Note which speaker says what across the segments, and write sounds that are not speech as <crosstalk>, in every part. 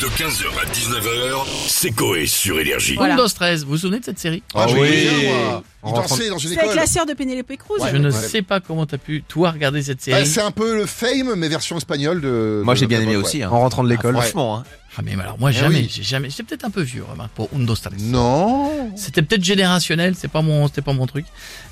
Speaker 1: De 15h à 19h, c'est Coé sur Énergie.
Speaker 2: Voilà.
Speaker 3: Windows 13, vous vous souvenez de cette série
Speaker 1: Ah
Speaker 4: je
Speaker 1: oui.
Speaker 4: vais le dire, moi. En Il rentrant- dansait dans une
Speaker 2: C'est avec
Speaker 4: école.
Speaker 2: la sœur de Penelope Cruz.
Speaker 4: Ouais. Ah,
Speaker 3: Je ne sais pas comment t'as pu toi regarder cette
Speaker 4: Ouais,
Speaker 3: série.
Speaker 4: Bah, c'est un peu le fame, mais version espagnole de.
Speaker 5: Moi
Speaker 4: de
Speaker 5: j'ai bien
Speaker 4: notre
Speaker 5: aimé
Speaker 4: époque,
Speaker 5: aussi. hein.
Speaker 6: En rentrant de l'école.
Speaker 4: Ah,
Speaker 5: Franchement, hein.
Speaker 3: Ah mais alors moi jamais,
Speaker 4: Eh oui.
Speaker 3: j'ai jamais, j'étais peut-être un peu vieux remarque, pour Windows 13.
Speaker 4: ouais. Non.
Speaker 3: C'était peut-être générationnel, c'est pas mon, c'était pas mon truc.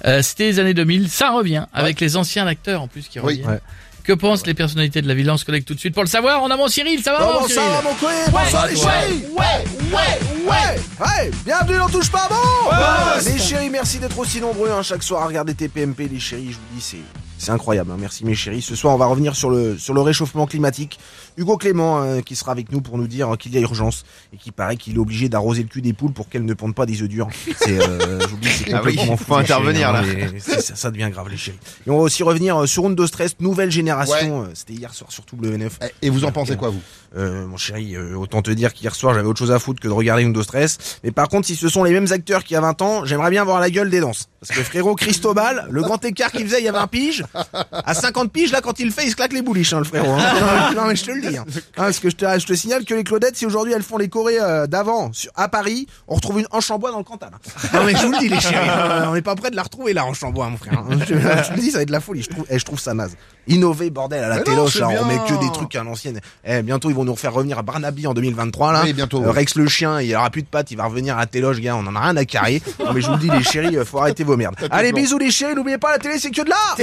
Speaker 3: Euh, c'était les années 2000, ça revient avec les anciens acteurs en plus qui
Speaker 4: Oui.
Speaker 3: reviennent. Que pensent les personnalités de la ville On se connecte tout de suite pour le savoir. On a mon Cyril, ça va mon
Speaker 6: Comment
Speaker 3: Cyril
Speaker 6: ça, mon couille Bonsoir, les
Speaker 3: ouais,
Speaker 6: chéris Ouais, ouais, ouais Bienvenue dans Touche pas bon Les chéris, merci d'être aussi nombreux hein, chaque soir à regarder TPMP. Les chéris, je vous dis, c'est... C'est incroyable, hein. merci mes chéris. Ce soir, on va revenir sur le, sur le réchauffement climatique. Hugo Clément, euh, qui sera avec nous pour nous dire euh, qu'il y a urgence et qui paraît qu'il est obligé d'arroser le cul des poules pour qu'elles ne pondent pas des œufs durs. C'est, euh, je vous dis, c'est
Speaker 5: Ah oui,
Speaker 6: complètement
Speaker 5: faut
Speaker 6: fou, les
Speaker 5: intervenir,
Speaker 6: chéris, hein, mais c'est- ça, ça devient grave, les chéris. Et on va aussi revenir euh, sur Windows Stress, nouvelle génération. Euh, C'était hier soir sur WNF.
Speaker 4: Eh, Et vous en pensez quoi vous
Speaker 6: Euh, mon chéri, euh, autant te dire qu'hier soir j'avais autre chose à foutre que de regarder Windows Stress. Mais par contre, si ce sont les mêmes acteurs qu'il y a 20 ans, j'aimerais bien voir la gueule des danses. Parce que frérot Cristobal, le grand écart qu'il faisait il y a 20 piges, à 50 piges, là quand il le fait, il se claque les bouliches, hein, le frérot. hein. Non, mais- Non mais je te le dis. hein. Hein, parce que je te, je te signale que les Claudettes, si aujourd'hui elles font les Corées euh, d'avant sur- à Paris, on retrouve une hanche en bois dans le Cantal. hein. Non mais je vous le dis les chéris, euh, on n'est pas près de la retrouver la hanche en bois, mon frère. hein. Je, je te le dis, ça va être de la folie. Je trouve, eh, je trouve ça naze. Innover, bordel, à la
Speaker 4: Mais non,
Speaker 6: téloche,
Speaker 4: c'est
Speaker 6: là,
Speaker 4: bien.
Speaker 6: on met que des trucs à l'ancienne. Eh, bientôt, ils vont nous refaire revenir à Barnaby en 2023, là.
Speaker 4: Oui, bientôt,
Speaker 6: Euh,
Speaker 4: ouais.
Speaker 6: Rex le chien, il aura plus de pattes, il va revenir à Téloge, gars, on en a rien
Speaker 4: <laughs>
Speaker 6: à carrer. non, mais je vous le dis, les chéris, euh, faut arrêter vos merdes. Allez, bisous, les chéris, n'oubliez pas, la télé, c'est que de l'art!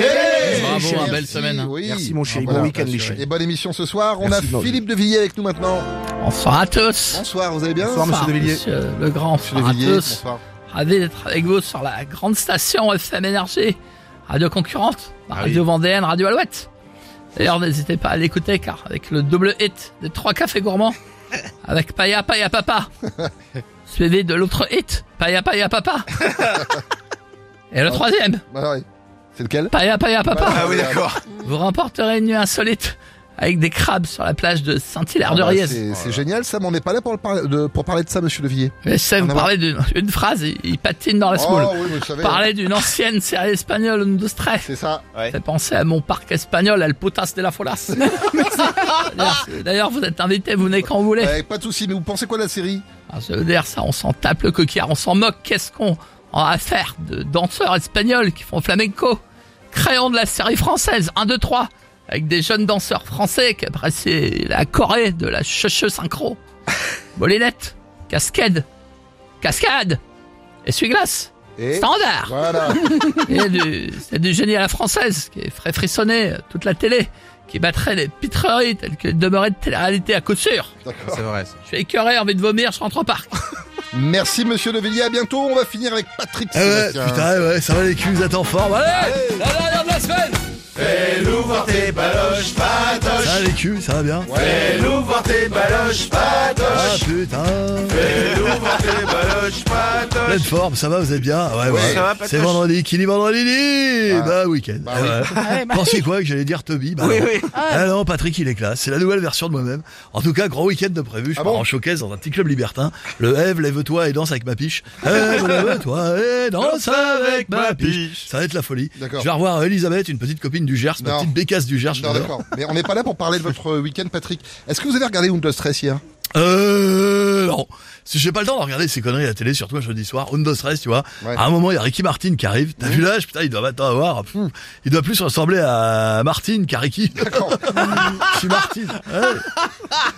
Speaker 3: Bravo,
Speaker 4: Merci,
Speaker 3: hein, belle semaine. hein.
Speaker 4: oui. Ah,
Speaker 6: Merci, mon chéri,
Speaker 4: Voilà.
Speaker 6: bon week-end, les chéris.
Speaker 4: Et bonne émission ce soir. On
Speaker 6: Merci,
Speaker 4: a
Speaker 6: non,
Speaker 4: Philippe de Villiers avec nous maintenant.
Speaker 3: Bonsoir à tous.
Speaker 4: Bonsoir, vous allez bien
Speaker 6: Bonsoir, monsieur De Villiers.
Speaker 3: Monsieur le grand,
Speaker 4: Monsieur de
Speaker 3: bonsoir à
Speaker 4: Villiers.
Speaker 3: tous.
Speaker 4: Bonsoir.
Speaker 3: Ravi d'être avec vous sur la grande station FM Énergie, radio concurrente, la
Speaker 4: Ah
Speaker 3: radio Vendéenne, radio Alouette. D'ailleurs, n'hésitez pas à l'écouter car avec le double hit des trois cafés
Speaker 4: <laughs>
Speaker 3: gourmands, avec Paya Paya Papa, suivi de l'autre hit, Paya Paya
Speaker 4: <laughs>
Speaker 3: Papa, et le troisième,
Speaker 4: Bah, ouais. C'est lequel
Speaker 3: Paya Paya Papa,
Speaker 4: Ah oui,
Speaker 5: d'accord.
Speaker 3: vous remporterez une nuit insolite avec des crabes sur la plage de Saint-Hilaire de
Speaker 4: Ah bah,
Speaker 3: Riez.
Speaker 4: C'est c'est génial ça, mais on n'est pas là pour, le parler- de- pour parler de ça, monsieur de Villiers.
Speaker 3: Mais ça, vous
Speaker 4: On a- Oh,
Speaker 3: parlez d'une une phrase, il, il patine dans la smoule.
Speaker 4: oui, vous savez.
Speaker 3: Ah, Parlez d'une ancienne série espagnole, de stress.
Speaker 4: C'est ça.
Speaker 3: Ça fait penser à mon parc espagnol, El Putas de la Folas.
Speaker 4: <laughs>
Speaker 3: D'ailleurs, D'ailleurs, vous êtes invité, vous venez quand vous voulez.
Speaker 4: Eh, pas de souci, mais vous pensez quoi de la série
Speaker 3: Ah, Je veux dire, ça, on s'en tape le coquillard, on s'en moque. Qu'est-ce qu'on en a à faire de danseurs espagnols qui font flamenco Créons de la série française, 1, 2, 3, avec des jeunes danseurs français qui apprécient la Corée de la cheche
Speaker 4: <laughs>
Speaker 3: synchro. Bolinette, cascade, cascade, essuie-glace,
Speaker 4: Et
Speaker 3: standard.
Speaker 4: Eh, voilà.
Speaker 3: Et du- C'est du génie à la française qui ferait frissonner euh, toute la télé, qui battrait les pitreries telles que demeurait de télé-réalité à coup sûr.
Speaker 6: C'est vrai,
Speaker 3: Je suis écœuré, envie de vomir, je rentre au parc.
Speaker 4: Merci monsieur de Villiers, à bientôt. On va finir avec Patrick.
Speaker 7: Ah
Speaker 4: Sébastien.
Speaker 3: Ah ouais, ça va les culs, vous êtes en forme. Allez, la dernière de la semaine.
Speaker 7: Ah les culs, ça va bien Fais-nous voir tes baloches, patoches Ah putain Pleine forme, ça va, vous êtes bien Ouais, ouais. C'est vendredi, qui dit vendredi dit Bah, week-end.
Speaker 4: Bah
Speaker 7: Ah
Speaker 4: oui.
Speaker 7: ouais. Pensez quoi que j'allais dire Toby bah, non. Ah non, Patrick, il est classe. C'est la nouvelle version de moi-même. En tout cas, grand week-end de prévu. Je
Speaker 4: Ah
Speaker 7: pars
Speaker 4: bon
Speaker 7: en showcase dans un petit club libertin. Le Eve, lève-toi et danse avec ma piche. Ève, lève-toi et danse avec ma piche. Ça va être la folie.
Speaker 4: D'accord.
Speaker 7: Je vais revoir euh, Elisabeth, une petite copine du Gers, ma
Speaker 4: Non.
Speaker 7: petite bécasse du Gers. je
Speaker 4: Non,
Speaker 7: l'adore.
Speaker 4: d'accord. Mais on n'est pas là pour parler de votre week-end, Patrick. Est-ce que vous avez regardé Windows
Speaker 3: <laughs>
Speaker 4: Stress hier
Speaker 7: Euh, non. Si j'ai pas le temps de regarder ces conneries à la télé, surtout un jeudi soir, Windows Stress, tu vois.
Speaker 4: Ouais.
Speaker 7: À un moment, il y a Ricky Martin qui arrive. T'as vu l'âge? Putain, il doit maintenant avoir, pfff, il doit plus ressembler à Martin qu'à Ricky.
Speaker 4: D'accord.
Speaker 7: Je suis Martin. Ouais.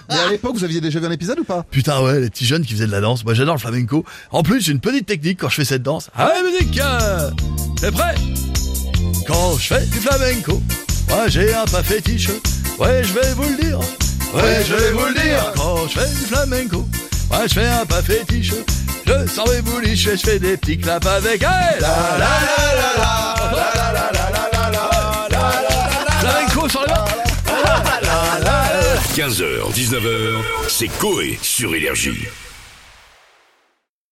Speaker 4: Mais à l'époque, vous aviez déjà vu un épisode ou pas
Speaker 7: Putain, ouais, les petits jeunes qui faisaient de la danse. Moi, j'adore le flamenco. En plus, j'ai une petite technique quand je fais cette danse. Allez, musique! euh, T'es prêt? Quand je fais du flamenco, moi, j'ai un pas fétiche. Ouais, je vais vous le dire. Ouais, je vais vous le dire. Quand je fais du flamenco, moi, je fais un pas fétiche. Je sors mes bouliches et je fais des petits claps avec elle. La, la, la, la, la. Flamenco sur les mains.
Speaker 1: 15h, 19h, c'est Coé sur Énergie.